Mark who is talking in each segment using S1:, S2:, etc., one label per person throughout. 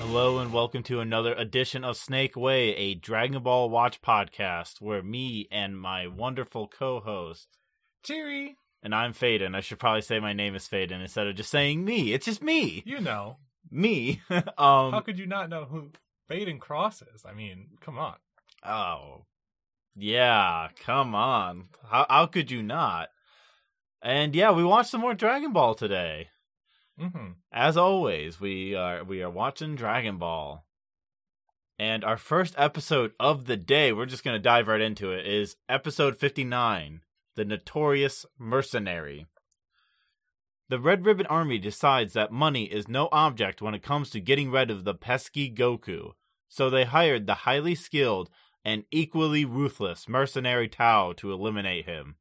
S1: Hello and welcome to another edition of Snake Way, a Dragon Ball Watch podcast, where me and my wonderful co-host,
S2: Cheery,
S1: and I'm Faden. I should probably say my name is Faden instead of just saying me. It's just me,
S2: you know.
S1: me.
S2: How
S1: um,
S2: could you not know who Faden Cross is? I mean, come on.
S1: oh, yeah. Come on. How how could you not? And yeah, we watched some more Dragon Ball today.
S2: hmm
S1: As always, we are we are watching Dragon Ball. And our first episode of the day, we're just going to dive right into it, is episode 59, The Notorious Mercenary. The Red Ribbon Army decides that money is no object when it comes to getting rid of the pesky Goku. So they hired the highly skilled and equally ruthless mercenary Tao to eliminate him.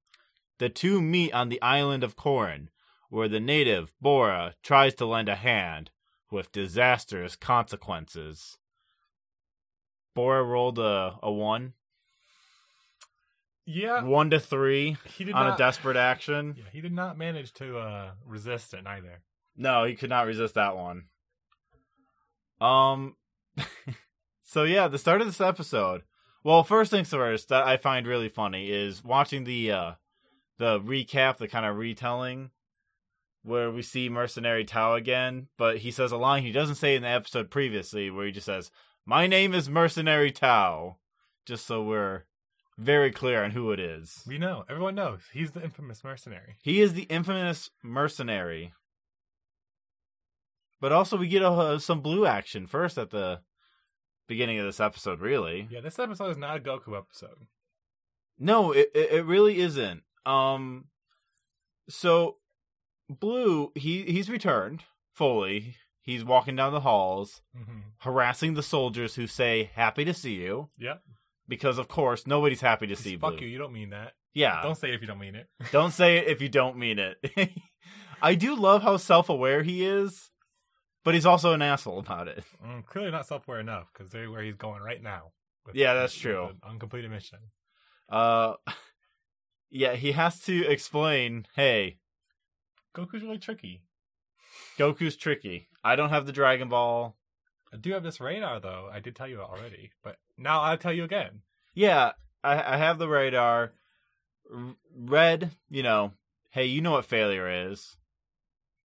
S1: The two meet on the island of Korin, where the native, Bora, tries to lend a hand, with disastrous consequences. Bora rolled a, a one,
S2: Yeah,
S1: one to three
S2: he did
S1: on
S2: Uh, not.
S1: a desperate action.
S2: yeah, he did not manage to uh, resist it either.
S1: No, he could not resist that one. Um, so yeah, the start of this episode. Well, first things first, that I find really funny is watching the uh the recap, the kind of retelling where we see mercenary Tao again, but he says a line he doesn't say in the episode previously, where he just says, "My name is mercenary Tao," just so we're very clear on who it is.
S2: We know. Everyone knows. He's the infamous mercenary.
S1: He is the infamous mercenary. But also, we get uh, some blue action first at the beginning of this episode, really.
S2: Yeah, this episode is not a Goku episode.
S1: No, it, it, it really isn't. Um, so, Blue, he, he's returned fully. He's walking down the halls,
S2: hmm
S1: harassing the soldiers who say, Happy to see you.
S2: Yep.
S1: Because, of course, nobody's happy to see
S2: Fuck
S1: Blue.
S2: you. You don't mean that.
S1: Yeah.
S2: Don't say it if you don't mean it.
S1: Don't say it if you don't mean it. I do love how self aware he is, but he's also an asshole about it.
S2: Mm, clearly not self-aware enough because they're where he's going right now. with-
S1: Yeah, that's
S2: with
S1: true.
S2: an Uncompleted mission.
S1: Uh, yeah, he has to explain hey,
S2: Goku's really tricky.
S1: Goku's tricky. I don't have the Dragon Ball.
S2: I do have this radar though. I did tell you already, but now I'll tell you again.
S1: Yeah, I, I have the radar. R- Red, you know, hey, you know what failure is.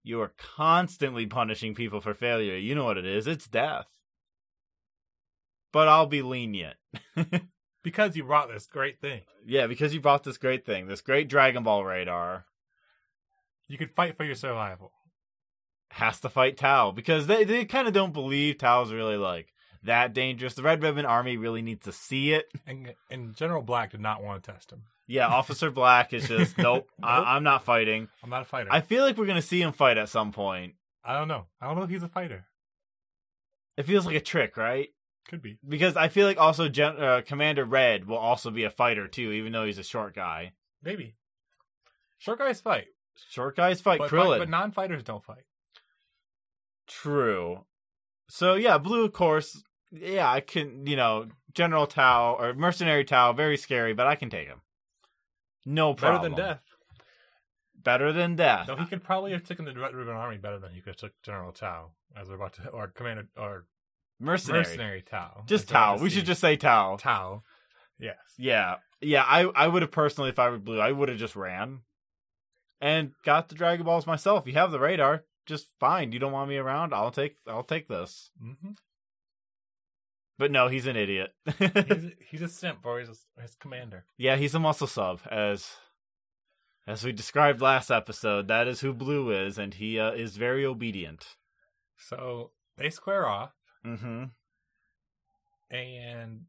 S1: You are constantly punishing people for failure. You know what it is. It's death. But I'll be lenient.
S2: Because you brought this great thing.
S1: Yeah, because you bought this great thing, this great Dragon Ball radar,
S2: You could fight for your survival.
S1: has to fight Tao because they, they kind of don't believe Tao's really like that dangerous. The Red Ribbon Army really needs to see it.
S2: And and General Black did not want to test him.
S1: Yeah, Officer Black is just nope.
S2: Nope.
S1: I, I'm not fighting.
S2: I'm not a fighter.
S1: I
S2: I,
S1: feel like we're gonna see him fight at some point.
S2: don't know. I don't know if he's a fighter.
S1: It feels like a trick, right?
S2: Could be.
S1: Because I feel like also Gen- uh, Commander Red will also be a fighter too, even though he's a short guy.
S2: Maybe. Short guys fight.
S1: Short guys fight
S2: but
S1: Krillin.
S2: fight- but non fighters don't fight.
S1: True. So yeah, blue of course. Yeah, I can. You know, General Tao or Mercenary Tao, very scary, but I can take him. No problem.
S2: Better than death.
S1: Better than death.
S2: Though he could probably have taken the Red Ribbon Army better than he could have took General Tao, as we're about to or Commander or
S1: mercenary.
S2: Mercenary, Tao.
S1: Just
S2: as we're about
S1: Tao.
S2: to
S1: We should
S2: see.
S1: just say Tao.
S2: Tao. Yes.
S1: Yeah, yeah. I I would have personally, if I were blue, I would have just ran, and got the Dragon Balls myself. You have the radar. Just fine. You don't want me around. I'll take. I'll take this.
S2: Mm-hmm.
S1: But no, he's an idiot.
S2: he's, he's a simp for his, his commander.
S1: Yeah, he's a muscle sub, as as we described last episode. That is who Blue is, and he uh, is very obedient.
S2: So they square off,
S1: Mm-hmm.
S2: and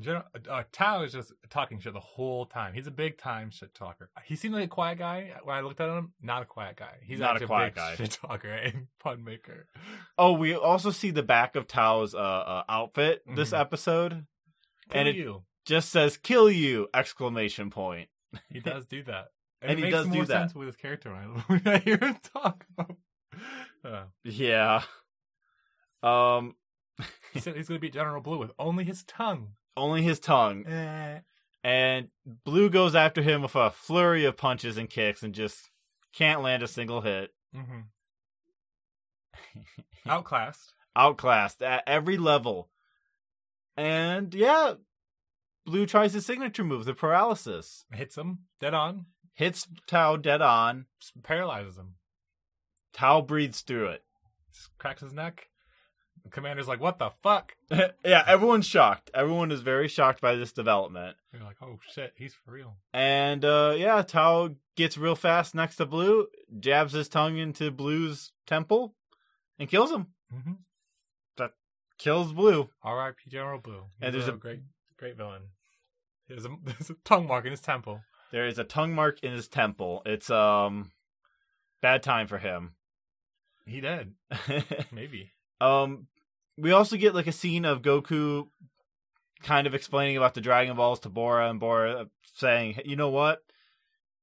S2: General, uh, Tao is just talking shit the whole time. He's a big time shit talker. He seemed like a quiet guy when I looked at him. Not a quiet guy. He's
S1: Not a
S2: actually
S1: quiet
S2: big
S1: guy.
S2: shit talker and pun maker.
S1: Oh, we also see the back of Tao's uh, uh, outfit this
S2: Mhm.
S1: episode.
S2: Kill
S1: And it-
S2: you.
S1: Just says "kill you!" exclamation point.
S2: He does do that,
S1: And
S2: it
S1: he
S2: makes
S1: does
S2: more
S1: do that.
S2: sense with his character when I, when I hear him talk. Uh,
S1: Yeah. Um.
S2: he said he's going to beat General Blue with only his tongue.
S1: Only his tongue,
S2: Eh.
S1: and Blue goes after him with a flurry of punches and kicks, and just can't land a single hit.
S2: Mm-hmm. Outclassed.
S1: outclassed at every level. And yeah, Blue tries his signature move, the paralysis.
S2: Hits him dead on,
S1: Hits Tao dead on.
S2: paralyzes him,
S1: Tao breathes through it.
S2: cracks his neck. The commander's like, "What the fuck?"
S1: yeah, everyone's shocked. Everyone is very shocked by this development.
S2: They're like, "Oh shit, he's for real."
S1: And uh, yeah, Tao gets real fast next to Blue, jabs his tongue into Blue's temple, and kills him.
S2: Mm-hmm.
S1: Kills Blue.
S2: R.I.P. General Blue.
S1: And there's
S2: He's
S1: a-
S2: great, great villain. There's a, there's a tongue mark in his temple.
S1: There is a tongue mark in his temple. It's um bad time for him.
S2: He dead, maybe.
S1: um we also get like a scene of Goku kind of explaining about the Dragon Balls to Bora and Bora saying, "Hey, "You know what?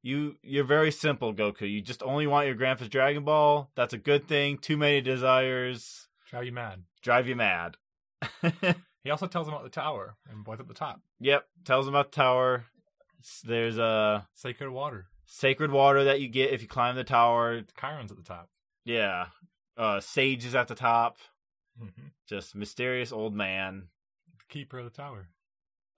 S1: You you're very simple, Goku. You just only want your grandpa's Dragon Ball. That's a good thing. Too many desires
S2: Drive you mad.
S1: drive you mad."
S2: He also tells him about the tower and what's at the top.
S1: yep, tells him about the tower. S- There's a
S2: Sacred water.
S1: sacred water that you get if you climb the tower.
S2: Chiron's at the top.
S1: Yeah. Uh sage is at the top.
S2: Mm-hmm.
S1: just mysterious old man.
S2: The keeper of the tower.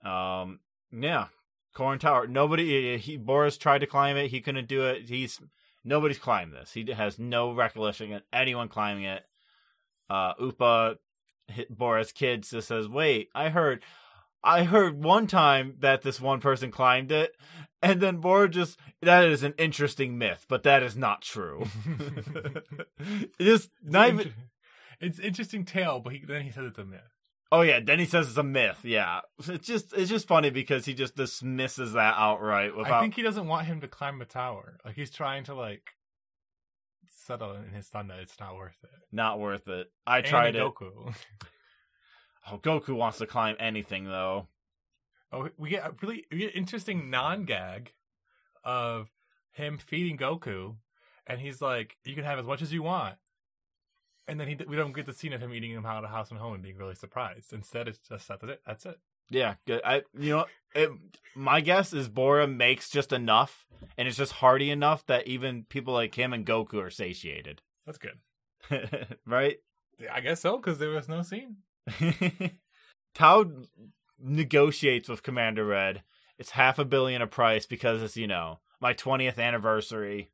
S1: Um, yeah, Corn Tower. Nobody. He Boris tried to climb it. He couldn't do it. He's nobody's climbed this. He has no recollection of anyone climbing it. Uh, Upa, hit Boris' kid, just says, "Wait, I heard." I heard one time that this one person climbed it, and then Boris just, that is an interesting myth, but that is not true. just, not even,
S2: Inter- It's interesting tale, but he, then he says it's a myth.
S1: Oh yeah, then he says it's a myth. Yeah, it's just it's just funny because he just dismisses that outright without.
S2: I think he doesn't want him to climb the tower. Like he's trying to like settle in his son that it's not worth it.
S1: Not worth it. I
S2: And
S1: tried it.
S2: Goku.
S1: Oh, Goku wants to climb anything though.
S2: Oh, we get a really we get interesting non gag of him feeding Goku, and he's like, "You can have as much as you want." And then he we don't get the scene of him eating him out of house and home and being really surprised. Instead, it's just that's it. That's it.
S1: Yeah, good. I you know it, my guess is Bora makes just enough, and it's just hearty enough that even people like him and Goku are satiated,
S2: That's good.
S1: right?
S2: I guess so because there was no scene.
S1: Tao negotiates with Commander Red. It's half a billion a price because it's you know my twentieth anniversary.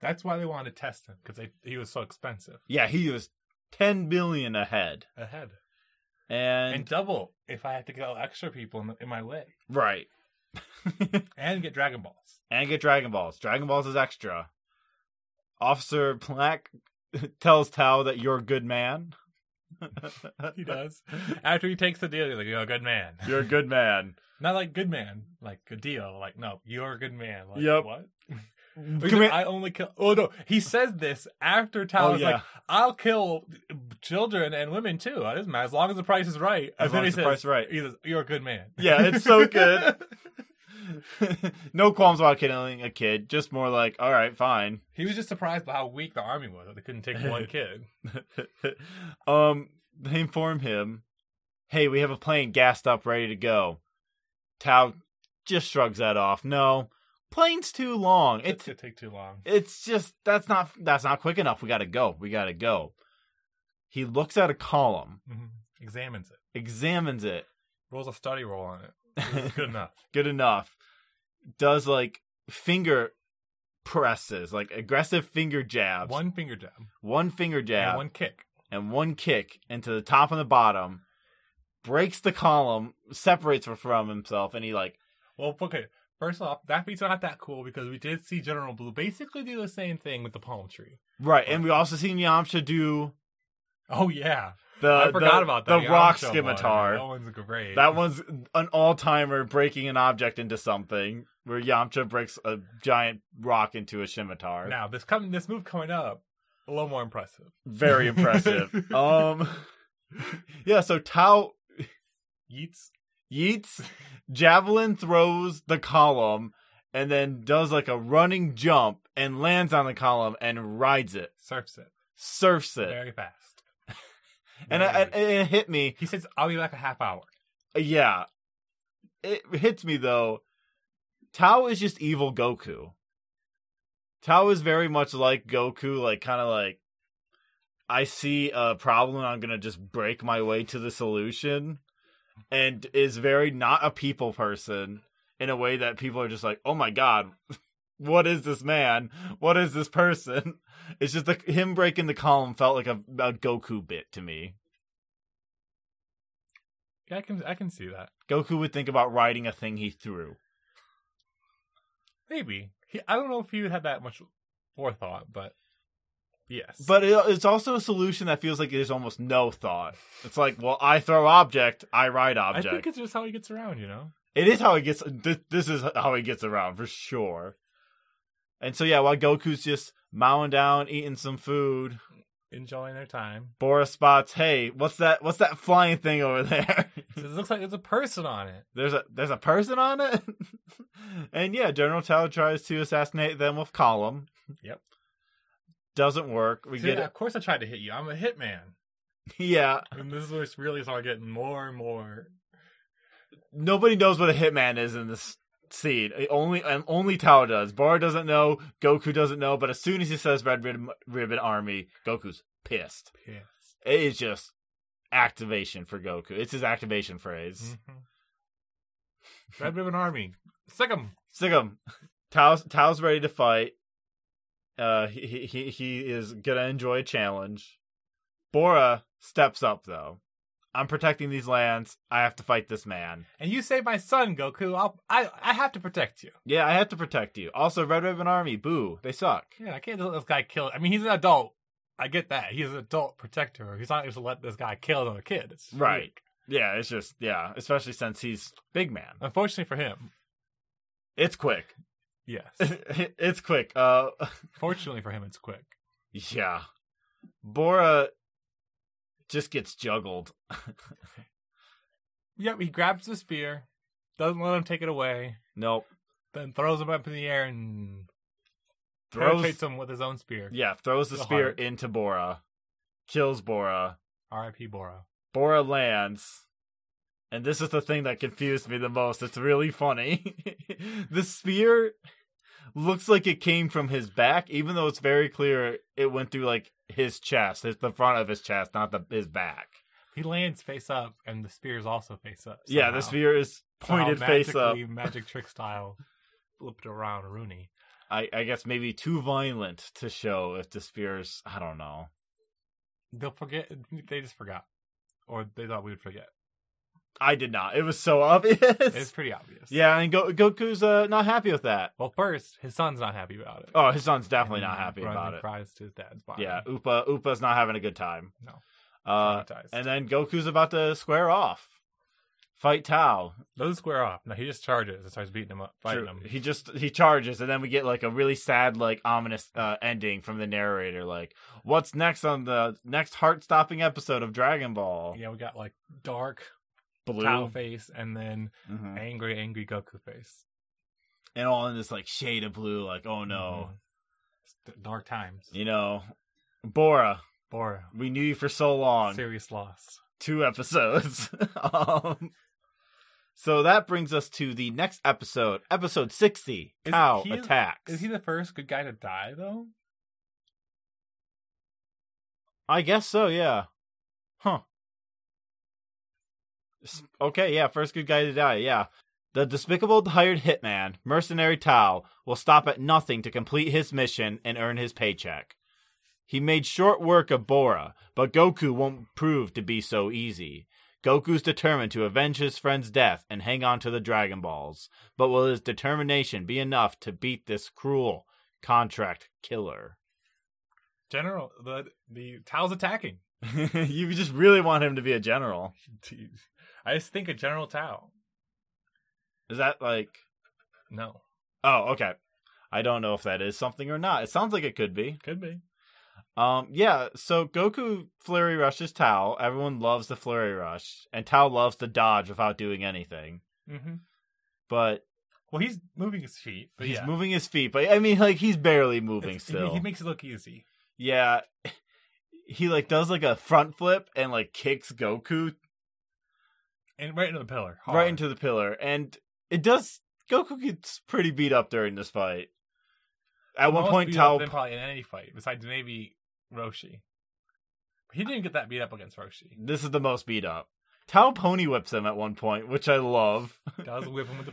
S2: That's why they wanted to test him because he was so expensive
S1: Yeah, he was ten billion ahead,
S2: ahead
S1: and,
S2: and, double if I had to get all extra people in, in my way
S1: right,
S2: and get Dragon Balls.
S1: and get Dragon Balls. Dragon Balls is extra. Officer Black tells Tao that you're a good man.
S2: He does after he takes the deal. He's like, "You're a good man."
S1: You're a good man.
S2: Not like good man, like good deal. Like no, you're a good man. Like,
S1: Yep.
S2: What? He's
S1: Comman-
S2: like, I only kill. Oh no, he says this after
S1: oh
S2: Talon's
S1: yeah,
S2: like, I'll kill children and women too. It doesn't matter as long as the price is right.
S1: As
S2: And then
S1: long
S2: he
S1: as the
S2: says-
S1: price is right.
S2: He says, "You're a good man."
S1: yeah, it's so good. no qualms about killing a kid. Just more like, all right, fine.
S2: he was just surprised by how weak the army was that they couldn't take one kid.
S1: um, they inform him, "Hey, we have a plane gassed up, ready to go." Tao just shrugs that off. No, plane's too long.
S2: It
S1: It's
S2: could take too long.
S1: it's just that's not that's not quick enough. We gotta go. We gotta go. He looks at a column,
S2: Mhm. Examines it.
S1: examines it.
S2: Rolls a study roll on it. This is good enough.
S1: Good enough. Does like finger presses, like aggressive finger jabs.
S2: One finger jab
S1: one finger jab.
S2: and one kick.
S1: and one kick into the top and the bottom, breaks the column, separates her from himself, and he like
S2: Well, okay. First off, that beat's not that cool because we did see General Blue basically do the same thing with the palm tree.
S1: right. And we also seen Yamcha do
S2: Oh yeah,
S1: the
S2: I forgot
S1: Uh, the-
S2: about
S1: the
S2: that. Yeah,
S1: rock
S2: I'm sure
S1: scimitar.
S2: That one's great.
S1: That one's an all timer breaking an object into something where Yamcha breaks a giant rock into a scimitar.
S2: Now this coming this move coming up, a little more impressive.
S1: Very impressive. um, yeah. So Tao
S2: Yeats.
S1: yeets javelin throws the column and then does like a running jump and lands on the column and rides it
S2: surfs it
S1: surfs it
S2: very fast.
S1: and I,
S2: Very-
S1: I- it hit me
S2: he says, "I'll be back a half hour."
S1: yeah it hits me though tao is just evil goku tao is very much like goku like kind of like I see a problem, I'm gonna just break my way to the solution, and is very not a people person in a way that people are just like, oh my god, what is this man? What is this person? It's just the, him breaking the column felt like a, a Goku bit to me.
S2: Yeah, I can I can see that.
S1: Goku would think about riding a thing he threw.
S2: Maybe he, I don't know if he would have that much forethought, but yes,
S1: But it, it's also a solution that feels like there's almost no thought. It's like, well, I throw object, I ride
S2: I
S1: object.
S2: think it's just how he gets around. You know,
S1: It is how he gets. This, this is how he gets around for sure. And so yeah, while Goku's just mowing down, eating some food,
S2: enjoying their time.
S1: Boris spots, "Hey, what's that? What's that flying thing over there?
S2: He says, it looks like there's a person on it.
S1: there's a there's a person on it." and yeah, General Tao tries to assassinate them with column.
S2: Yep.
S1: Doesn't work. We
S2: See,
S1: get
S2: Of course, I tried to hit you. I'm a hitman.
S1: it. Yeah,
S2: And this is where it's really started getting more and more.
S1: nobody knows what a hitman is in this scene. Uh, Only and only Tao does. Bora doesn't know. Goku doesn't know. But as soon as he says Red Ribbon, Ribbon Army, Goku's pissed.
S2: Yeah.
S1: It is just activation for Goku. It's his activation phrase.
S2: Mm-hmm.
S1: Mm-hmm.
S2: Red Ribbon Army. Sick 'em.
S1: Stick him. Tao's, Tao's ready to fight. Uh, he, he- he he is gonna enjoy a challenge. Bora steps up though. I'm protecting these lands. I have to fight this man.
S2: And you saved my son, Goku. I'll, I I have to protect you.
S1: Yeah, I have to protect you. Also, Red Ribbon Army, boo, they suck.
S2: Yeah, I can't let this guy kill. I mean, he's an adult. I get that. He's an adult protector. He's not going to let this guy kill another kid. It's
S1: Right.
S2: weird.
S1: Yeah, it's just yeah, especially since he's big man.
S2: Unfortunately for him.
S1: It's quick.
S2: Yes.
S1: it's quick. Uh,
S2: Fortunately for him, it's quick.
S1: yeah, Bora just gets juggled.
S2: Yep, he grabs the spear, doesn't let him take it away,
S1: Nope.
S2: then throws him up in the air and
S1: Throws
S2: penetrates him with his own spear.
S1: yeah, throws the
S2: The
S1: spear
S2: heart.
S1: into Bora, kills Bora.
S2: R.I.P. Bora.
S1: Bora lands, and this is the thing that confused me the most. It's really funny. the spear looks like it came from his back, even though it's very clear it went through like his chest. It's the front of his chest, not the his back.
S2: He lands face up, and the spear is also face up.
S1: Yeah, the
S2: somehow.
S1: spear is
S2: Somehow
S1: pointed face up.
S2: magically, Magic trick style, flipped around Rooney.
S1: I, I guess maybe too violent to show if the spear is. I don't know.
S2: They'll forget. They just forgot, or they thought we would forget.
S1: I did not. It was so
S2: It's
S1: obvious.
S2: pretty obvious.
S1: Yeah, and Go- Goku's uh, not happy with that.
S2: Well, first, his son's not happy about it.
S1: Oh, his son's definitely
S2: And
S1: not
S2: he
S1: happy
S2: runs
S1: about
S2: and
S1: it.
S2: Cries to his dad's body.
S1: Yeah, Upa Upa's not having a good time.
S2: No.
S1: Uh,
S2: Traumatized.
S1: and then Goku's about to square off, fight Tao.
S2: doesn't square off. No, he just charges and starts beating him up, fighting him.
S1: He just he charges, and then we get like a really sad, like ominous uh, ending from the narrator. Like, what's next on the next heart stopping episode of Dragon Ball?
S2: Yeah, we got like dark
S1: Blue,
S2: cow face and then
S1: Mhm.
S2: angry, angry Goku face.
S1: and all in this like shade of blue. Like, oh no,
S2: Mhm. It's d- dark times.
S1: you know, Bora,
S2: Bora,
S1: we knew you for so long.
S2: serious loss.
S1: two episodes. um, so that brings us to the next episode, episode 60,
S2: Is
S1: Cow
S2: he-
S1: Attacks.
S2: Is he the first good guy to die though?
S1: I guess so, yeah. Huh. S- Okay, yeah, first good guy to die, yeah. The despicable hired hitman, mercenary Tao, will stop at nothing to complete his mission and earn his paycheck. He made short work of Bora, but Goku won't prove to be so easy. Goku's determined to avenge his friend's death and hang on to the Dragon Balls, but will his determination be enough to beat this cruel contract killer?
S2: General, the the Tao's attacking.
S1: you just really want him to be a general.
S2: I just think of General Tao.
S1: Is that like
S2: No,
S1: Oh, okay. I don't know if that is something or not. It sounds like it could be.
S2: could be.
S1: Um yeah, so Goku flurry rushes Tao. Everyone loves the flurry rush and Tao loves to dodge without doing anything.
S2: Mm-hmm.
S1: But
S2: Well, he's moving his feet, but
S1: he's
S2: yeah.
S1: moving his feet, but I mean like he's barely moving
S2: It's- he-
S1: still.
S2: He, makes it look easy.
S1: yeah. He like does like a front flip and like kicks Goku
S2: And right into the pillar.
S1: right
S2: hard.
S1: into the pillar, and it does. Goku gets pretty beat up during this fight. At
S2: Most
S1: one point,
S2: beat up
S1: Tao
S2: than probably in any fight, besides maybe Roshi. He didn't get that beat up against Roshi.
S1: This is the most beat up. Tao pony whips him at one point, which I love.
S2: Does whip him with the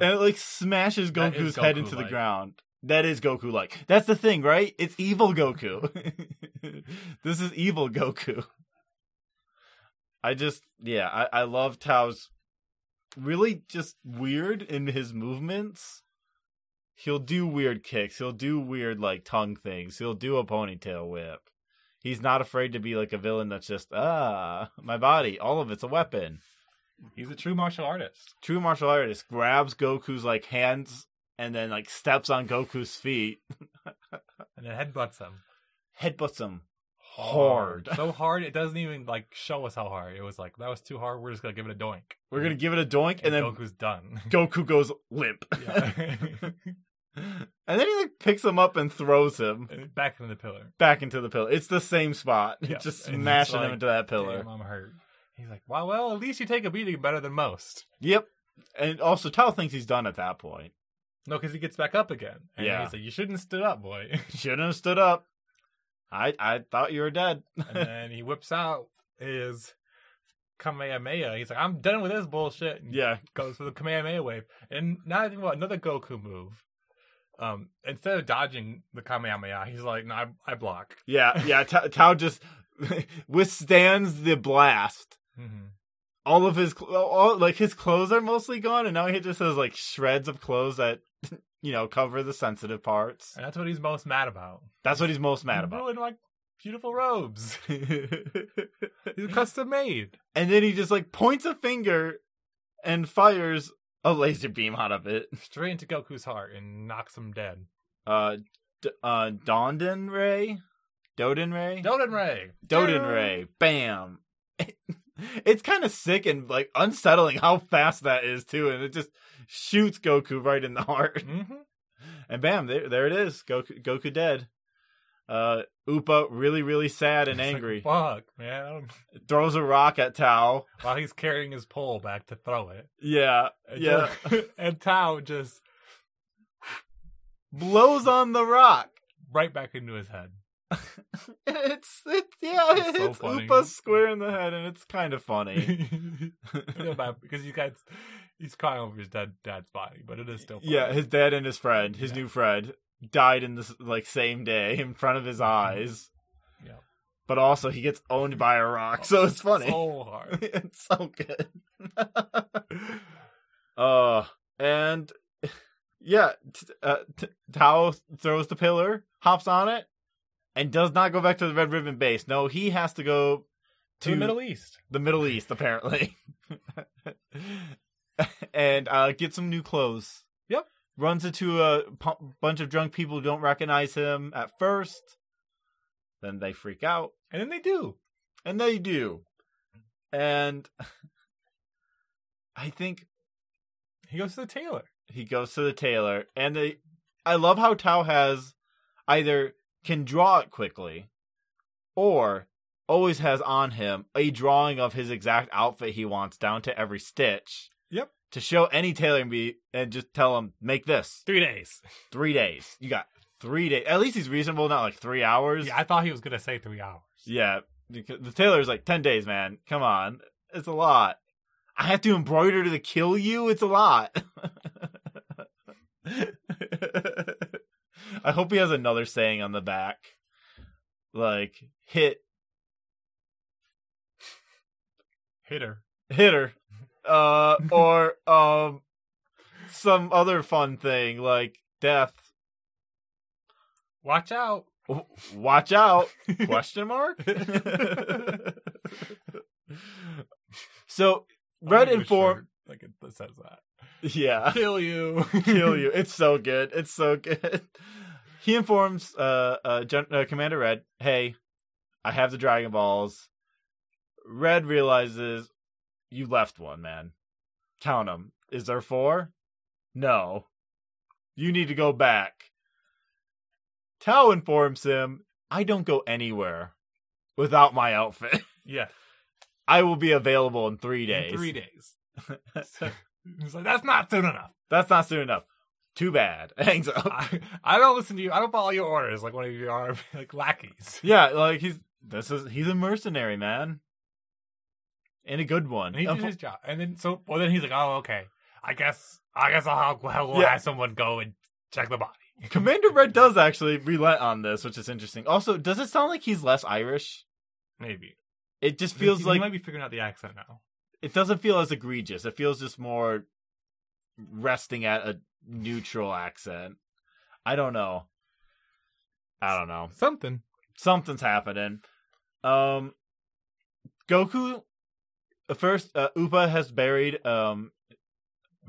S1: And it like smashes
S2: That
S1: Goku's
S2: is
S1: head into the
S2: Goku-like.
S1: ground. That is Goku like. That's the thing, right? It's evil Goku. this is evil Goku. I just yeah, I, I love Tao's really just weird in his movements. He'll do weird kicks, he'll do weird like tongue things, he'll do a ponytail whip. He's not afraid to be like a villain that's just, ah, my body, all of it's a weapon
S2: He's a true martial artist.
S1: true martial artist grabs Goku's like hands and then like steps on Goku's feet,
S2: And then headbutts him.
S1: headbutts him hard.
S2: so hard it doesn't even like show us how hard. It was like that was too hard, we're just gonna give it a doink.
S1: We're gonna give it a doink, and then
S2: Goku's done.
S1: Goku goes limp.
S2: Yeah.
S1: and then he like picks him up and throws him
S2: And Back into the pillar.
S1: back into the pillar. It's the same spot,
S2: Yeah.
S1: just
S2: And he's
S1: smashing him
S2: like,
S1: into that pillar.
S2: Damn, I'm hurt. He's like, Well well, at least you take a beating better than most.
S1: Yep. And also, Tao thinks he's done at that point.
S2: No, because he gets back up again. And
S1: Yeah.
S2: he's like, You shouldn't have stood up, boy.
S1: Shouldn't have stood up. I I thought you were dead.
S2: and then he whips out his Kamehameha. He's like, I'm done with this bullshit. And
S1: Yeah,
S2: goes for the Kamehameha wave. And now I think about another Goku move. Um, instead of dodging the Kamehameha, he's like, No, I, I block.
S1: yeah, yeah. Ta- Tao just withstands the blast
S2: hmm
S1: all of his cl- all like his clothes are mostly gone and now he just has like shreds of clothes that you know cover the sensitive parts
S2: And that's what he's most mad about.
S1: that's what he's most mad
S2: You
S1: about
S2: Ruined my beautiful robes.
S1: and
S2: These are custom made.
S1: then he just like points a finger and fires a laser beam out of it
S2: Straight into Goku's heart and knocks him dead.
S1: uh d- uh Donden Ray Doden Ray
S2: Dodenray!
S1: Doden Ray bam it's kind of sick and like unsettling how fast that is too and it just shoots Goku right in the heart
S2: Mm-hmm.
S1: And bam, there, there it is. Goku, Goku dead. Uh, Upa really, really sad and angry.
S2: Fuck, man. I don't-
S1: Throws a rock at Tao.
S2: While he's carrying his pole back to throw it.
S1: Yeah,
S2: And
S1: yeah.
S2: and Tao just
S1: Blows on the rock.
S2: right back into his head.
S1: It's it's yeah.
S2: It's
S1: It's,
S2: so funny.
S1: Upa square in the head, and it's kind of funny.
S2: Feel bad because he's got he's crying over his dad dad's body, but it is still funny.
S1: yeah, his dad and his friend, his
S2: Yeah.
S1: new friend, died in this like same day in front of his eyes.
S2: Yeah.
S1: But also, he gets owned by a rock, so it's funny.
S2: so hard.
S1: it's so good. uh, and yeah, t- uh, t- Tao throws the pillar, hops on it, and does not go back to the Red Ribbon base. No, he has to go
S2: To the Middle E-, East.
S1: the Middle East, apparently, and uh, get some new clothes.
S2: Yep.
S1: Runs into a pu- bunch of drunk people who don't recognize him at first. Then they freak out.
S2: And then they do.
S1: And they do. And I think
S2: He goes to the tailor.
S1: he goes to the tailor and they I love how Tao has either can draw it quickly or always has on him a drawing of his exact outfit he wants down to every stitch.
S2: Yep.
S1: To show any tailor and be and just tell him, make this.
S2: Three days.
S1: Three days. You got three days. At least he's reasonable, not like three hours.
S2: Yeah, I thought he was gonna say three hours.
S1: Yeah, because the tailor's like ten days, man. Come on, it's a lot. I have to embroider to kill you. It's a lot. I hope he has another saying on the back, like hit
S2: Hit her.
S1: hitter, uh, or um, some other fun thing like death.
S2: Watch out.
S1: W- Watch out. question mark so red
S2: I'll give you a
S1: inform
S2: shirt, like it that says that.
S1: yeah
S2: Kill you.
S1: kill you it's so good it's so good he informs uh, uh, Gen- uh commander red hey i have the dragon balls red realizes you left one man count them is there four no you need to go back tao informs him i don't go anywhere without my outfit
S2: Yeah.
S1: I will be available in three
S2: in
S1: days.
S2: Three days. so, he's like, that's not soon enough.
S1: That's not soon enough. Too bad. Hangs up.
S2: I, I don't listen to you. I don't follow your orders like one of your like lackeys.
S1: yeah, like he's This is he's a mercenary, man. And a good one.
S2: And he
S1: Of-
S2: did his job. And then so well then he's like, Oh, okay. I guess I guess I'll help we'll
S1: Yeah.
S2: have someone go and check the body.
S1: Commander Red does actually relent on this, which is interesting. Also, does it sound like he's less Irish?
S2: Maybe.
S1: It just feels
S2: he,
S1: like
S2: he might be figuring out the accent now.
S1: it doesn't feel as egregious. It feels just more resting at a neutral accent. I don't know. I don't know.
S2: Something.
S1: Something's happening. Um Goku first uh, Upa has buried um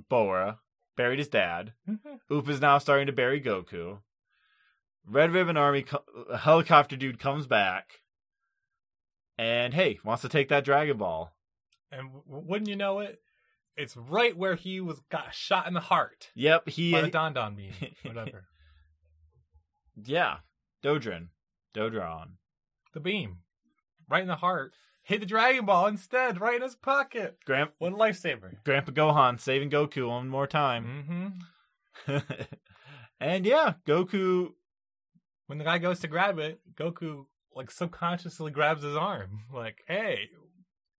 S1: Bora, buried his dad.
S2: Mm-hmm.
S1: Oop is now starting to bury Goku. Red Ribbon Army co- uh, helicopter dude comes back, and hey, wants to take that Dragon Ball.
S2: and w- wouldn't you know it, it's right where he was got shot in the heart
S1: Yep,
S2: by the
S1: he
S2: Don Don beam, whatever
S1: yeah, Dodrin, Dodron.
S2: the beam, right in the heart. Hit the Dragon Ball instead, right in his pocket.
S1: Grand-
S2: What a lifesaver!
S1: Grandpa Gohan saving Goku one more time,
S2: Mm-hmm.
S1: and yeah, Goku.
S2: When the guy goes to grab it, Goku like subconsciously grabs his arm, like, "Hey,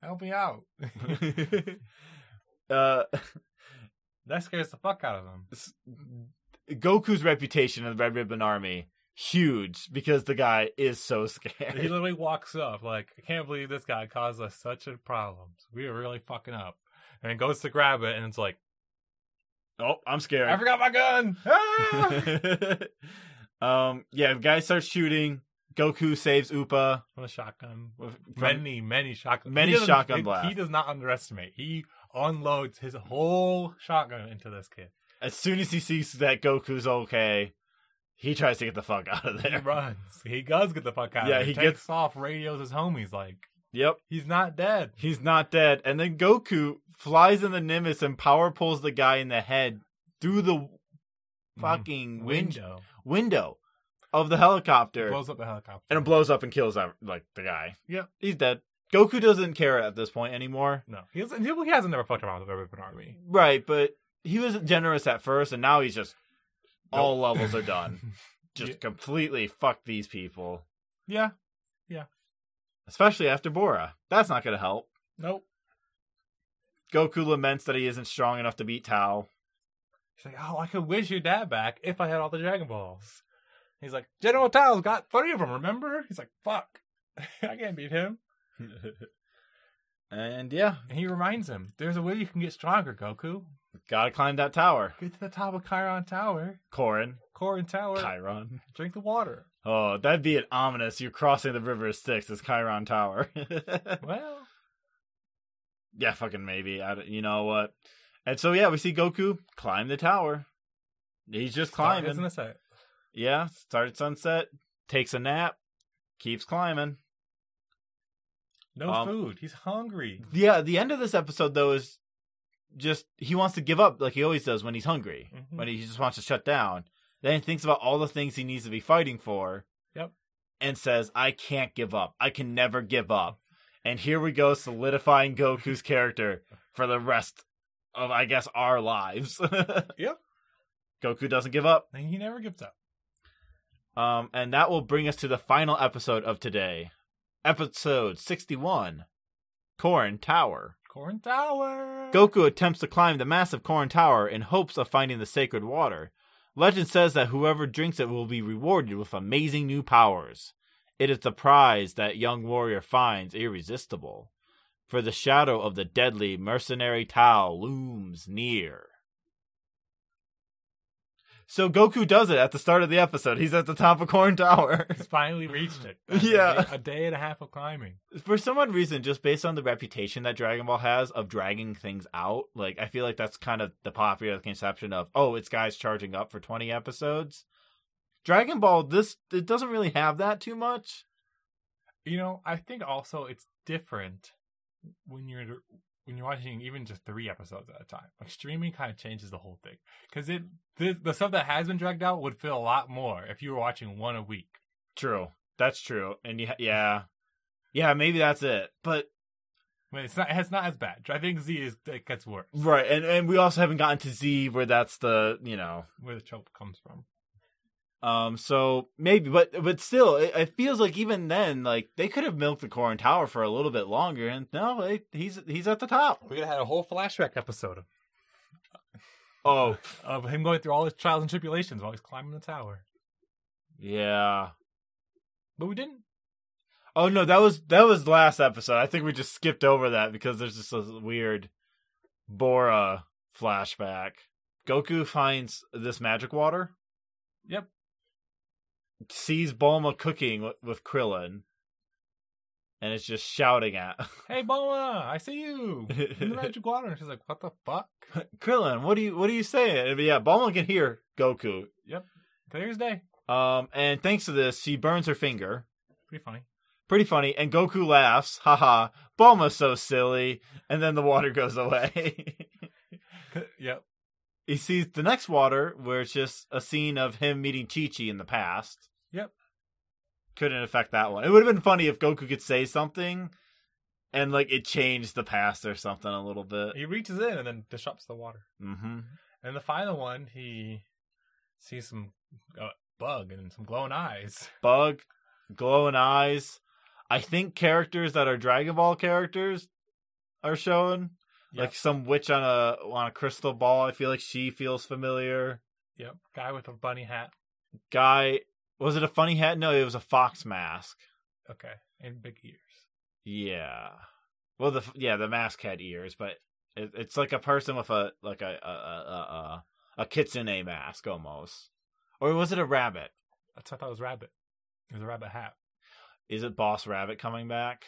S2: help me out!"
S1: uh,
S2: That scares the fuck out of him.
S1: s- Goku's reputation in the Red Ribbon Army huge because the guy is so scared.
S2: He literally walks up, like, I can't believe this guy caused us such a problem. We were really fucking up. And he goes to grab it, and it's like,
S1: oh, I'm scared.
S2: I forgot my gun! Ah!
S1: um, yeah, the guy starts shooting. Goku saves Upa.
S2: From a shotgun.
S1: with- from-
S2: Many, many shotgun.
S1: Many
S2: he doesn't-
S1: shotgun
S2: he- He
S1: blasts.
S2: does not underestimate. He unloads his whole shotgun into this kid.
S1: As soon as he sees that Goku's okay, he tries to get the fuck out of
S2: He
S1: there.
S2: runs. He does get the fuck out.
S1: Yeah,
S2: of
S1: he
S2: there. takes off, radios his homies like
S1: Yep,
S2: he's not dead.
S1: he's not dead. And then Goku flies in the Nimbus and power pulls the guy in the head through the
S2: Mm-hmm.
S1: fucking
S2: Mhm.
S1: window
S2: window
S1: window of the helicopter,
S2: blows up the helicopter.
S1: and it blows up and kills ev- like the guy.
S2: Yep.
S1: he's dead. Goku doesn't care at this point anymore.
S2: no, he hasn't. He hasn't never fucked around with the Ribbon Army.
S1: Right, but he was generous at first, and now he's just all levels are done. Just
S2: Yeah.
S1: completely fuck these people,
S2: Yeah.
S1: especially after Bora. That's not going to help.
S2: Nope.
S1: Goku laments that he isn't strong enough to beat Tao.
S2: He's like, oh, I could wish your dad back if I had all the Dragon Balls. He's like, General Tao's got three of them. Remember? He's like, fuck, I can't beat him.
S1: and yeah,
S2: And he reminds him, there's a way you can get stronger, Goku.
S1: gotta climb that tower.
S2: Get to the top of Chiron Tower.
S1: Korin,
S2: Corin Tower.
S1: Chiron.
S2: Drink the water.
S1: Oh, that'd be an ominous. You're crossing the River of Styx. It's Chiron Tower.
S2: Well,
S1: yeah, fucking maybe. I don't, you know what? And so yeah, we see Goku climb the tower. He's just climbing.
S2: Isn't this it?
S1: Yeah, start at sunset, takes a nap, keeps climbing.
S2: No
S1: Um,
S2: food. He's hungry.
S1: Yeah, the end of this episode though is just he wants to give up like he always does when he's hungry,
S2: Mhm.
S1: when he just wants to shut down. Then he thinks about all the things he needs to be fighting for.
S2: Yep.
S1: And says, "I can't give up. I can never give up." And here we go solidifying Goku's character for the rest of I guess our lives. yep. Goku doesn't give up.
S2: And he never gives up.
S1: Um, and that will bring us to the final episode of today, episode 61 Corn Tower.
S2: Corin Tower.
S1: Goku attempts to climb the massive Corn Tower in hopes of finding the sacred water. Legend says that whoever drinks it will be rewarded with amazing new powers. It is the prize that young warrior finds irresistible, for the shadow of the deadly mercenary Tao looms near. So Goku does it at the start of the episode. He's at the top of Corn Tower.
S2: He's finally reached it.
S1: Yeah.
S2: A day, a day and a half of climbing.
S1: for some odd reason, just based on the reputation that Dragon Ball has of dragging things out, like I feel like that's kind of the popular conception of oh, it's guys charging up for twenty episodes. Dragon Ball, this it doesn't really have that too much.
S2: You know, I think also it's different when you're when you're watching even just three episodes at a time. Like streaming kind of changes the whole thing because it the, the stuff that has been dragged out would feel a lot more if you were watching one a week.
S1: True, that's true, and yeah, yeah, yeah, maybe that's it. But
S2: I mean, it's not it's not as bad. I think Z is it gets worse
S1: right, and and we also haven't gotten to Z where that's the you know
S2: where the trope comes from.
S1: Um, so maybe, but but still, it, it feels like even then, like they could have milked the Corn Tower for a little bit longer, and no, they, he's he's at the top.
S2: We could have had a whole flashback episode of,
S1: Oh
S2: of him going through all his trials and tribulations while he's climbing the tower.
S1: yeah.
S2: But we didn't.
S1: Oh no, that was that was last episode. I think we just skipped over that because there's just a weird Bora flashback. Goku finds this magic water.
S2: Yep.
S1: Sees Bulma cooking with, with Krillin, and it's just shouting at
S2: Hey, Bulma, I see you in the magic water. And she's like, what the fuck?
S1: Krillin. What do you what are you saying? And yeah, Bulma can hear Goku.
S2: Today's day.
S1: Um, and thanks to this, she burns her finger.
S2: Pretty funny.
S1: Pretty funny. And Goku laughs. Haha. Bulma's so silly. And then the water goes away.
S2: yep.
S1: he sees the next water, where it's just a scene of him meeting Chi Chi in the past.
S2: Yep.
S1: Couldn't affect that one. It would have been funny if Goku could say something and like it changed the past or something a little bit.
S2: He reaches in and then disrupts the water.
S1: Mm-hmm.
S2: And the final one, he sees some uh, bug and some glowing eyes.
S1: Bug, glowing eyes. I think characters that are Dragon Ball characters are shown.
S2: Yep.
S1: Like some witch on a on a crystal ball. I feel like she feels familiar.
S2: Yep. Guy with a bunny hat.
S1: Guy was it a funny hat? No, it was a fox mask.
S2: Okay. And big ears.
S1: Yeah. Well, the yeah the mask had ears, but it, it's like a person with a like a a a, a, a kitsune mask almost. Or was it a rabbit?
S2: That's what I thought it was rabbit. It was a rabbit hat.
S1: Is it Boss Rabbit coming back?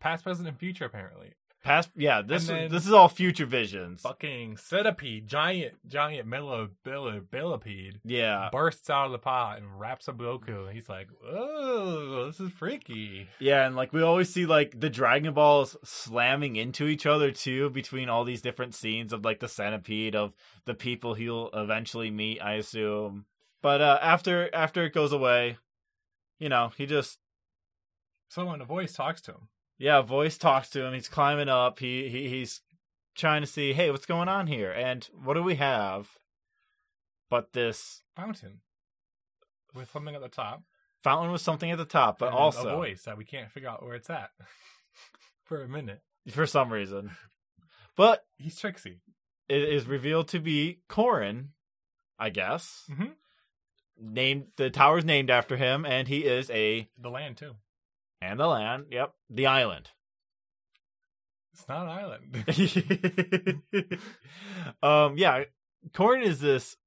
S2: Past, present, and future, apparently.
S1: Past yeah. This
S2: And then-
S1: this is all future visions.
S2: Fucking centipede, giant, giant mellow billi- billipede
S1: Yeah,
S2: bursts out of the pot and wraps up Goku. And he's like, oh, this is freaky.
S1: yeah, and like we always see like the Dragon Balls slamming into each other too between all these different scenes of like the centipede of the people he'll eventually meet. I assume, but uh, after after it goes away, you know he just
S2: Someone, a voice talks to him.
S1: yeah, a voice talks to him. He's climbing up. He, he he's trying to see, hey, what's going on here, and what do we have? But this
S2: Fountain. With something at the top.
S1: fountain was something at the top, but
S2: and
S1: also
S2: A voice that we can't figure out where it's at. For a minute.
S1: for some reason, but
S2: He's tricksy.
S1: it is revealed to be Corin, I guess.
S2: Mhm.
S1: Named the tower's named after him, and he is a
S2: The land, too.
S1: and the land. Yep, the island.
S2: It's not an island.
S1: um, yeah, Corn is this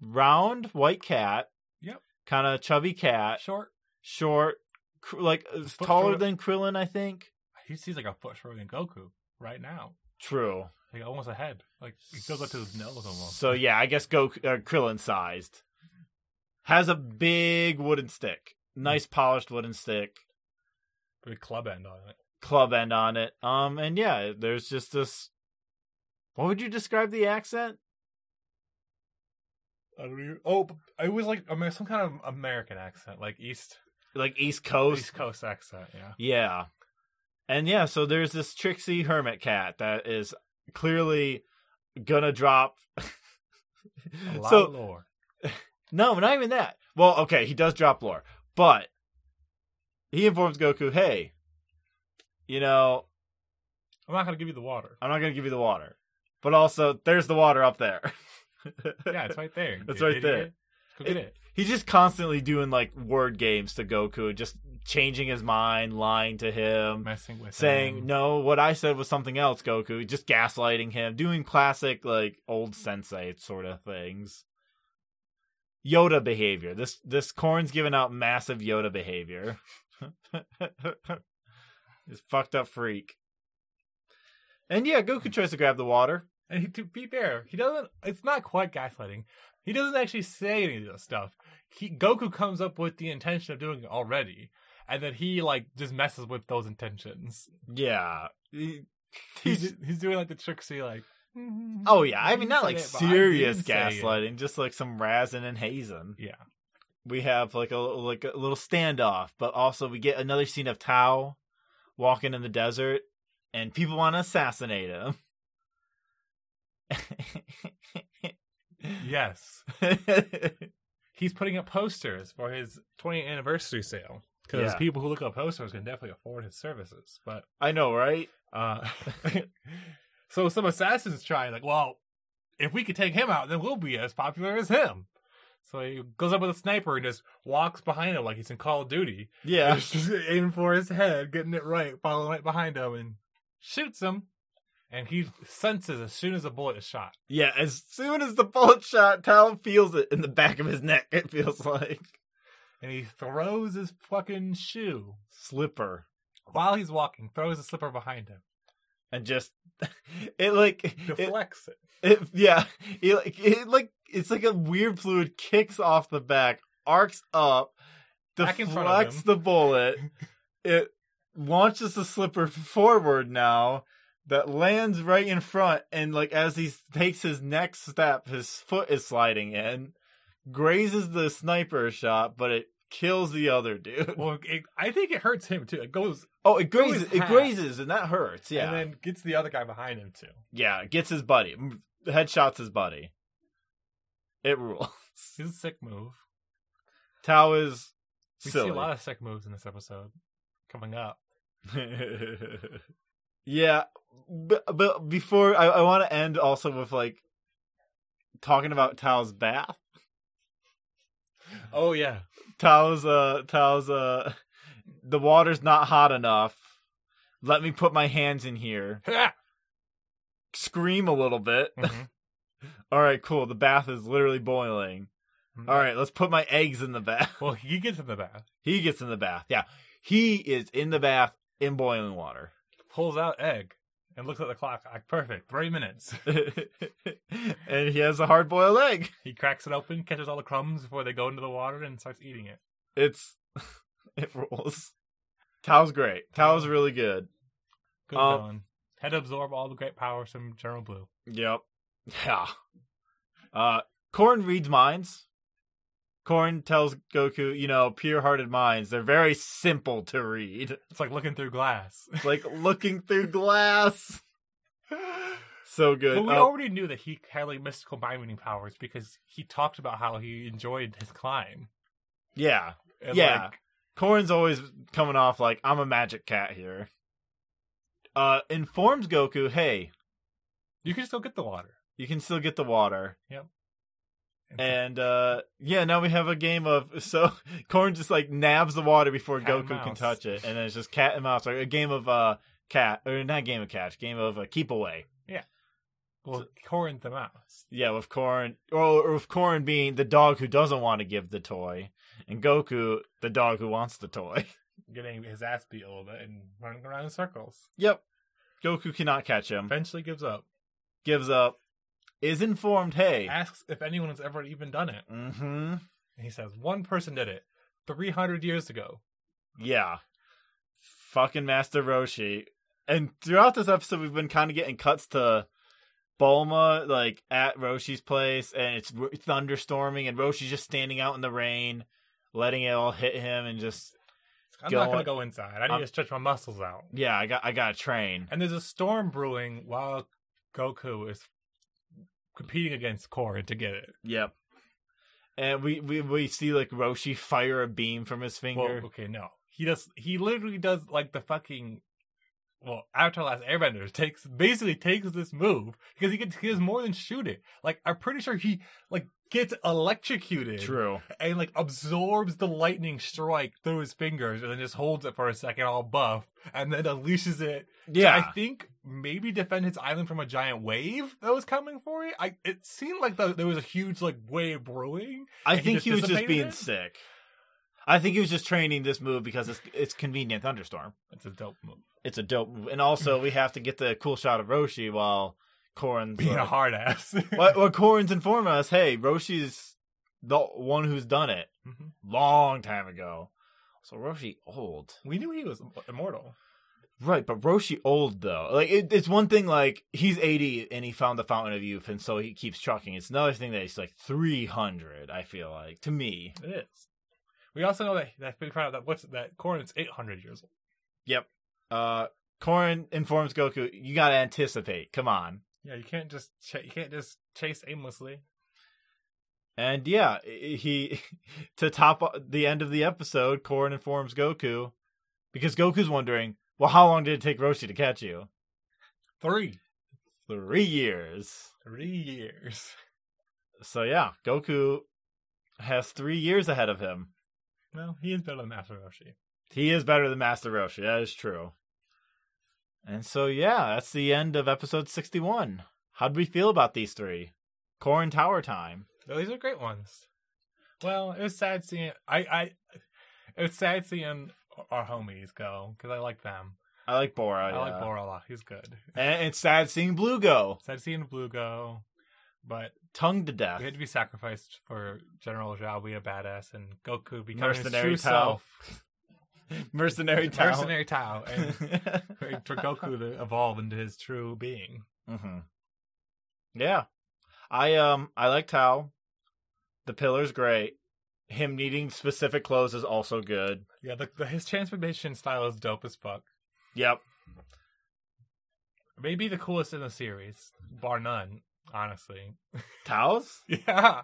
S1: round white cat.
S2: Yep.
S1: Kind of chubby cat,
S2: Short.
S1: short, cr- like uh,
S2: Foot
S1: taller
S2: short.
S1: than Krillin, I think.
S2: He's, he's like a foot shorter than Goku right now.
S1: True.
S2: Like almost a head. Like it goes up to his nose almost.
S1: So yeah, I guess go uh, Krillin sized. Has a big wooden stick, nice polished wooden stick,
S2: With a club end on it.
S1: club end on it. Um, and yeah, there's just this. What would you describe the accent?
S2: I don't even, oh, but it was like I mean, some kind of American accent, like East
S1: Like East Coast,
S2: East Coast accent. Yeah,
S1: Yeah. And yeah, so there's this tricksy hermit cat that is clearly gonna drop
S2: a lot
S1: So-
S2: of lore.
S1: No, not even that. Well, okay, he does drop lore, but he informs Goku, "Hey, you know,
S2: I'm not gonna give you the water.
S1: I'm not going to give you the water. But also, there's the water up there."
S2: Yeah, it's right there.
S1: It's
S2: you
S1: right there.
S2: idiot. Go get it.
S1: He's just constantly doing like word games to Goku, just changing his mind, lying to him.
S2: Messing with
S1: saying
S2: him.
S1: no what i said was something else goku just gaslighting him doing classic like old sensei sort of things yoda behavior this this corn's giving out massive yoda behavior this fucked up freak and yeah goku tries to grab the water
S2: And he, to be fair, he doesn't. It's not quite gaslighting. He doesn't actually say any of this stuff. He Goku comes up with the intention of doing it already, and then he like just messes with those intentions.
S1: yeah He-
S2: He's he's doing like the tricksy like.
S1: oh yeah i mean not
S2: said
S1: like
S2: it, but I
S1: serious
S2: didn't say it.
S1: gaslighting just like some razzing and hazing
S2: Yeah.
S1: we have like a like a little standoff, but also we get another scene of Tao walking in the desert, and people want to assassinate him.
S2: Yes. he's putting up posters for his 20th anniversary sale because
S1: Yeah.
S2: people who look up posters can definitely afford his services. But
S1: I know, right?
S2: uh, so some assassins try like, well, if we could take him out, then we'll be as popular as him. So he goes up with a sniper and just walks behind him like he's in Call of Duty,
S1: Yeah.
S2: just aiming for his head, getting it right, following right behind him, and shoots him. And he senses as soon as a bullet is shot.
S1: Yeah, as soon as the bullet shot, Talon feels it in the back of his neck, it feels like.
S2: and he throws his fucking shoe
S1: Slipper.
S2: while he's walking. Throws the slipper behind him,
S1: And just it like it,
S2: deflects it.
S1: it yeah. It, like- it like it's like a weird fluid kicks off the back, arcs up,
S2: Back in front of
S1: deflects
S2: him.
S1: the bullet, it launches the slipper forward now that lands right in front and like as he takes his next step, his foot is sliding in, grazes the sniper shot, but it kills the other dude.
S2: Well, it, I think it hurts him too. It goes
S1: Oh, it
S2: Through
S1: grazes.
S2: his
S1: It
S2: hat.
S1: grazes, and that hurts. Yeah,
S2: and then gets the other guy behind him too.
S1: yeah. It gets his buddy. Mm, Headshots his buddy. It rules.
S2: It's a sick move.
S1: Tao is
S2: We
S1: silly.
S2: see a lot of sick moves in this episode coming up.
S1: yeah, but, but before I, I want to end also with like talking about Tao's bath.
S2: Oh yeah,
S1: Tao's uh Tao's uh the water's not hot enough. Let me put my hands in here.
S2: Mm-hmm.
S1: Scream a little bit.
S2: Mhm.
S1: All right, cool. The bath is literally boiling.
S2: Mm-hmm.
S1: All right, let's put my eggs in the bath.
S2: Well, he gets in the bath,
S1: He gets in the bath. Yeah. He is in the bath in boiling water.
S2: pulls out egg, and looks at the clock. Like perfect, three minutes.
S1: and he has a hard boiled egg.
S2: he cracks it open, catches all the crumbs before they go into the water, and starts eating it.
S1: It's it rules. Tao's great. Tao's really good.
S2: Good
S1: Um,
S2: villain. Had to absorb all the great powers from General Blue.
S1: Yep. Yeah. Uh Korn reads minds. Korn tells Goku, you know, pure hearted minds, they're very simple to read.
S2: It's like looking through glass.
S1: It's like looking through glass. So good.
S2: But we
S1: Uh,
S2: already knew that he had like mystical mind reading powers because he talked about how he enjoyed his climb.
S1: yeah.
S2: And
S1: Yeah.
S2: like,
S1: Corrin's always coming off like I'm a magic cat here. Uh, informs Goku, hey,
S2: you can still get the water.
S1: you can still get the water,
S2: And so
S1: and uh, yeah, now we have a game of so Corrin just like nabs the water before
S2: Cat and
S1: Goku can
S2: mouse.
S1: touch it, and then it's just cat and mouse, or a game of uh cat or not game of catch, game of uh, keep away.
S2: well, Corin the mouse.
S1: Yeah, with Corrin or, or with Corrin being the dog who doesn't want to give the toy, and Goku the dog who wants the toy.
S2: Getting his ass beat a little bit and running around in circles.
S1: yep, Goku cannot catch him.
S2: Eventually gives up.
S1: Gives up. Is informed. Hey,
S2: Asks if anyone has ever even done it.
S1: Mm-hmm.
S2: And he says, one person did it 300 years ago.
S1: Yeah. Fucking Master Roshi. And throughout this episode, we've been kind of getting cuts to Bulma, like at Roshi's place, and it's r- thunderstorming, and Roshi's just standing out in the rain, letting it all hit him, and just
S2: I'm
S1: Go
S2: not going
S1: on.
S2: to go inside. I need
S1: Um,
S2: to stretch my muscles out.
S1: yeah, I got I got a train.
S2: And there's a storm brewing while Goku is competing against Corin to get it.
S1: Yep. And we, we we see like Roshi fire a beam from his
S2: Well,
S1: finger.
S2: okay, no. He does. He literally does like the fucking. Well, Avatar: Last Airbender takes basically takes this move because he gets he does more than shoot it. Like I'm pretty sure he like gets electrocuted
S1: True.
S2: and like absorbs the lightning strike through his fingers and then just holds it for a second, all buff, and then unleashes it. to,
S1: Yeah.
S2: I think maybe defend his island from a giant wave that was coming for it. I it seemed like the, there was a huge like wave brewing.
S1: I
S2: he
S1: think
S2: just
S1: he was just
S2: dissipated
S1: being
S2: it?
S1: sick. I think he was just training this move because it's it's convenient thunderstorm.
S2: That's a dope move.
S1: it's a dope move. And also, we have to get the cool shot of Roshi while Korin's
S2: Being a
S1: like,
S2: hard ass.
S1: well, well, Korin's informing us, hey, Roshi's the one who's done it
S2: Mhm.
S1: long time ago. So Roshi old,
S2: We knew he was immortal.
S1: right? But Roshi old though. Like it, it's one thing like he's eighty and he found the fountain of youth, and so he keeps trucking. It's another thing that he's like three hundred. I feel like to me,
S2: It is. We also know that that we found out that what's that Corrin's eight hundred years old.
S1: uh, Korin informs Goku, you gotta anticipate. Come on.
S2: Yeah, you can't just ch- you can't just chase aimlessly.
S1: And yeah, he to top the end of the episode, Korin informs Goku because Goku's wondering, well, how long did it take Roshi to catch you?
S2: Three.
S1: Three years.
S2: Three years.
S1: So yeah, Goku has three years ahead of him.
S2: Well, he is better than Master Roshi.
S1: He is better than Master Roshi. That is true. And so yeah, that's the end of episode sixty-one. How do we feel about these three? Corn Tower time.
S2: These are great ones. Well, it was sad seeing I I it was sad seeing our homies go because I like them.
S1: I like Bora.
S2: I like
S1: Oh, yeah.
S2: Bora a lot. He's good.
S1: And it's sad seeing Blue go
S2: Sad seeing Blue go, but
S1: tongue to death.
S2: we had to be sacrificed for General Zhao being a badass and Goku becoming
S1: Mercenary
S2: his true
S1: Tao.
S2: self.
S1: Mercenary Tower.
S2: Mercenary Tao, and for for Goku to evolve into his true being.
S1: hmm Yeah, I um I liked how the pillar's great. Him needing specific clothes is also good.
S2: Yeah, the, the his transformation style is dope as fuck.
S1: Yep.
S2: Maybe the coolest in the series, bar none. Honestly,
S1: Towels?
S2: yeah.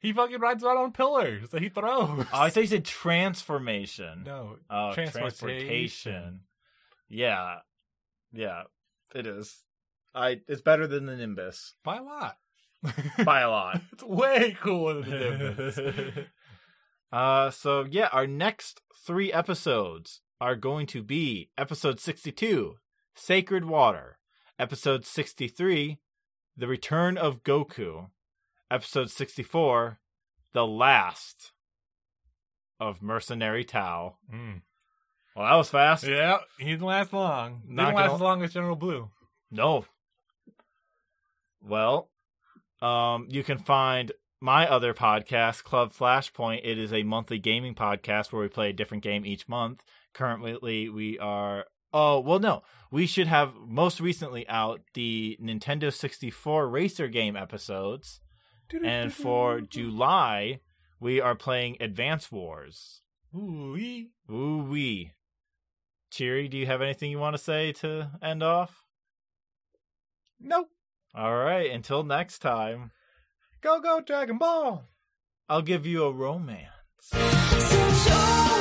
S2: He fucking rides around on pillars that he throws.
S1: Oh, I thought you said transformation.
S2: no,
S1: Oh,
S2: Transportation.
S1: transportation. Yeah. Yeah. It is. I it's better than the Nimbus.
S2: by a lot.
S1: By a lot.
S2: It's way cooler than this.
S1: Uh, so yeah, our next three episodes are going to be episode 62, Sacred Water, episode 63, The Return of Goku, episode 64, The Last of Mercenary Tao.
S2: Mm.
S1: Well, that was fast.
S2: Yeah, he didn't last long.
S1: Not
S2: didn't last
S1: gonna-
S2: as long as General Blue.
S1: No. Well, um, you can find my other podcast, Club Flashpoint. It is a monthly gaming podcast where we play a different game each month. Currently, we are. Oh, well, no. We should have most recently out the Nintendo 64 Racer game episodes. And for July, we are playing Advance Wars.
S2: Ooh-wee.
S1: Ooh wee. Cheery, do you have anything you want to say to end off?
S2: Nope.
S1: All right, until next time,
S2: Go, go, Dragon Ball.
S1: I'll give you a romance.
S3: Since you're